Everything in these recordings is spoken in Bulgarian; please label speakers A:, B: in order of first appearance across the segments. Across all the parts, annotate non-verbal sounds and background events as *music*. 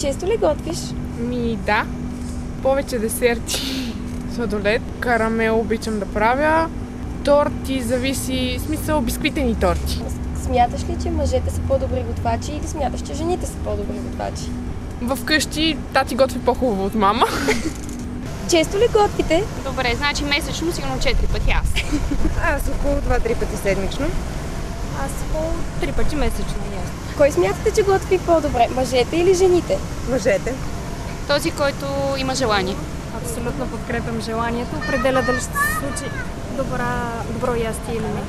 A: Често ли готвиш?
B: Ми да. Повече десерти. *laughs* Сладолет, карамел обичам да правя. Торти зависи, в смисъл бисквитени торти.
A: Смяташ ли, че мъжете са по-добри готвачи или смяташ, че жените са по-добри готвачи?
B: Вкъщи тати готви по-хубаво
C: *laughs*
B: от мама.
A: Често ли готвите?
D: Добре, значи месечно сигурно четири пъти аз.
E: *laughs* Аз около 2-3 пъти седмично.
F: Аз около три пъти месечно ясно.
A: Кой смятате, че готви по-добре? Мъжете или жените?
E: Мъжете.
D: Този, който има желание.
F: Абсолютно подкрепям желанието. Определя дали ще се случи добра, добро ястие или не.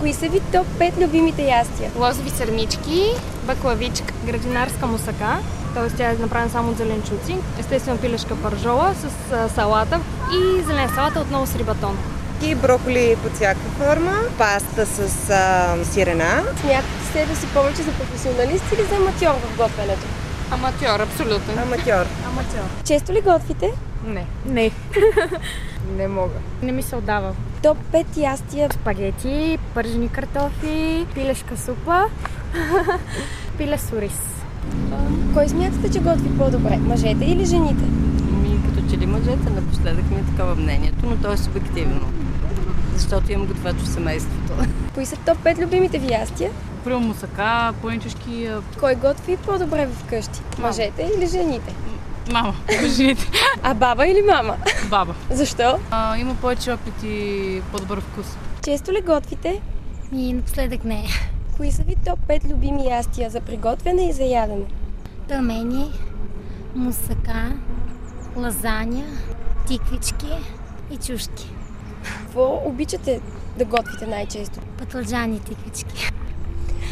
A: Кои са ви топ 5 любимите ястия?
D: Лозови сърнички, баклавичка.
F: Градинарска мусака, т.е. тя е направена само от зеленчуци, естествено пилешка паржола с а, салата и зелена салата отново с рибатон.
E: И броколи под всяка форма. Паста с а, сирена.
A: Смятате себе си повече за професионалист или за аматьор в готвенето?
D: Аматьор, абсолютно.
E: Аматьор.
F: Аматьор.
A: Често ли готвите?
B: Не. Не.
E: Не мога.
C: Не ми се отдава.
A: Топ 5 ястия.
C: Спагети, пържени картофи, пилешка супа, *laughs* пиле с ориз.
A: Кой смятате, че готви по-добре? Мъжете или жените?
G: Ми, Ами, като че ли мъжете напоследък ми е такова мнението, но то е субективно. Защото имам готвач в семейството.
A: Кои са топ 5 любимите ви ястия?
H: Прямо мусака, плънчешки,
A: Кой готви по-добре в къщи? Мъжете или жените?
H: мама, жените,
A: А баба или мама?
H: баба.
A: Защо?
H: А, има повече опит и по-добър вкус.
A: Често ли готвите?
I: И напоследък не.
A: Кои са ви топ 5 любими ястия за приготвяне и за ядене?
I: Пълмени, мусака, лазаня, тиквички и чушки.
A: Какво обичате да готвите най-често?
I: Пътладжани и тиквички.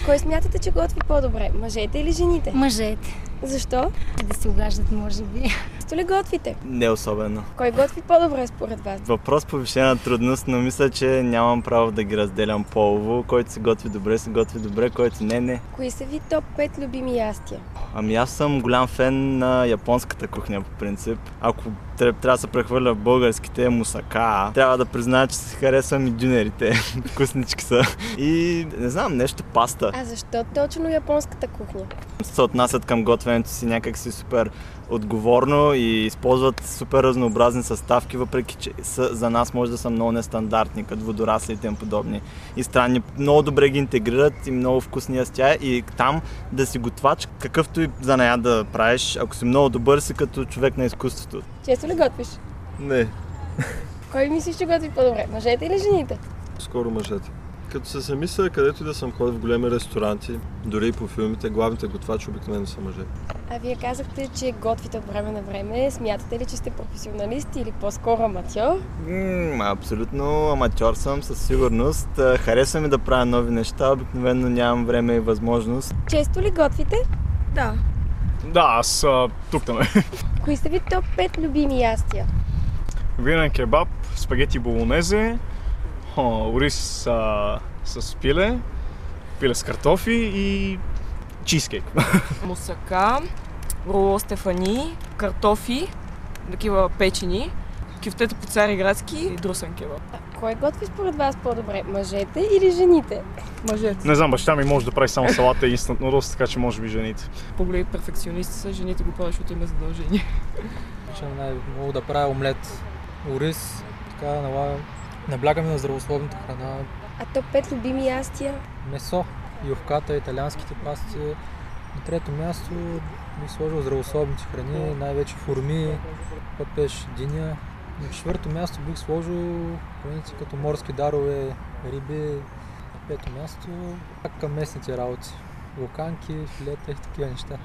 A: Кой смятате, че готви по-добре? Мъжете или жените?
I: Мъжете.
A: Защо?
I: Да се огаждат, може би.
A: Често ли готвите?
J: Не особено.
A: Кой готви по-добре според вас?
J: Въпрос повишена трудност, но мисля, че нямам право да ги разделям полово. Който се готви добре, се готви добре, който не, не.
A: Кои са ви топ 5 любими ястия?
J: Ами аз съм голям фен на японската кухня по принцип. Ако тря- трябва да се прехвърля в българските е мусака, трябва да призная, че си харесвам и дюнерите. *laughs* Вкуснички са. И не знам, нещо паста.
A: А защо точно японската кухня?
J: се отнасят към готвенето си някакси супер отговорно и използват супер разнообразни съставки, въпреки че са, за нас може да са много нестандартни, като водорасли и тем подобни. И странни. Много добре ги интегрират и много вкусни ястия и там да си готвач, какъвто и занаят да правиш, ако си много добър си като човек на изкуството.
A: Често ли готвиш?
K: Не,
A: Кой мислиш, че готви по-добре? Мъжете или жените?
K: скоро мъжете. Като се замисля, където и да съм ходил в големи ресторанти, дори и по филмите, главните готвачи обикновено са мъже.
A: А вие казахте, че готвите от време на време. Смятате ли, че сте професионалисти или по-скоро аматьор?
J: М, абсолютно аматьор съм, със сигурност. А, Харесва ми да правя нови неща, обикновено нямам време и възможност.
A: Често ли готвите?
F: Да.
L: Да, аз а, тук там е.
A: *laughs* Кои са ви топ 5 любими ястия?
L: Винен кебаб, спагети болонезе, а, ориз а, с пиле, пиле с картофи и чизкейк.
M: мусака, роло стефани, картофи, такива печени, кифтета по цари градски и друсен кебаб.
A: А кой готви според вас по-добре? Мъжете или жените?
M: Мъжете.
L: Не знам, баща ми може да прави само салата и инстант нудълс, така че може би жените.
M: По-големи перфекционисти са, жените го правят, защото има задължение.
N: Обичам най-много да правя омлет, ориз, така налагам. Наблягаме на здравословната храна,
A: А топ 5 любими ястия?
N: месо, ювката, италианските пасти. На трето място бих сложил здравословните храни, най-вече форми, пъпеш, диня. На четвърто място бих сложил храните като морски дарове, риби. На пето място пак към местните работи. Луканки, филета и такива неща.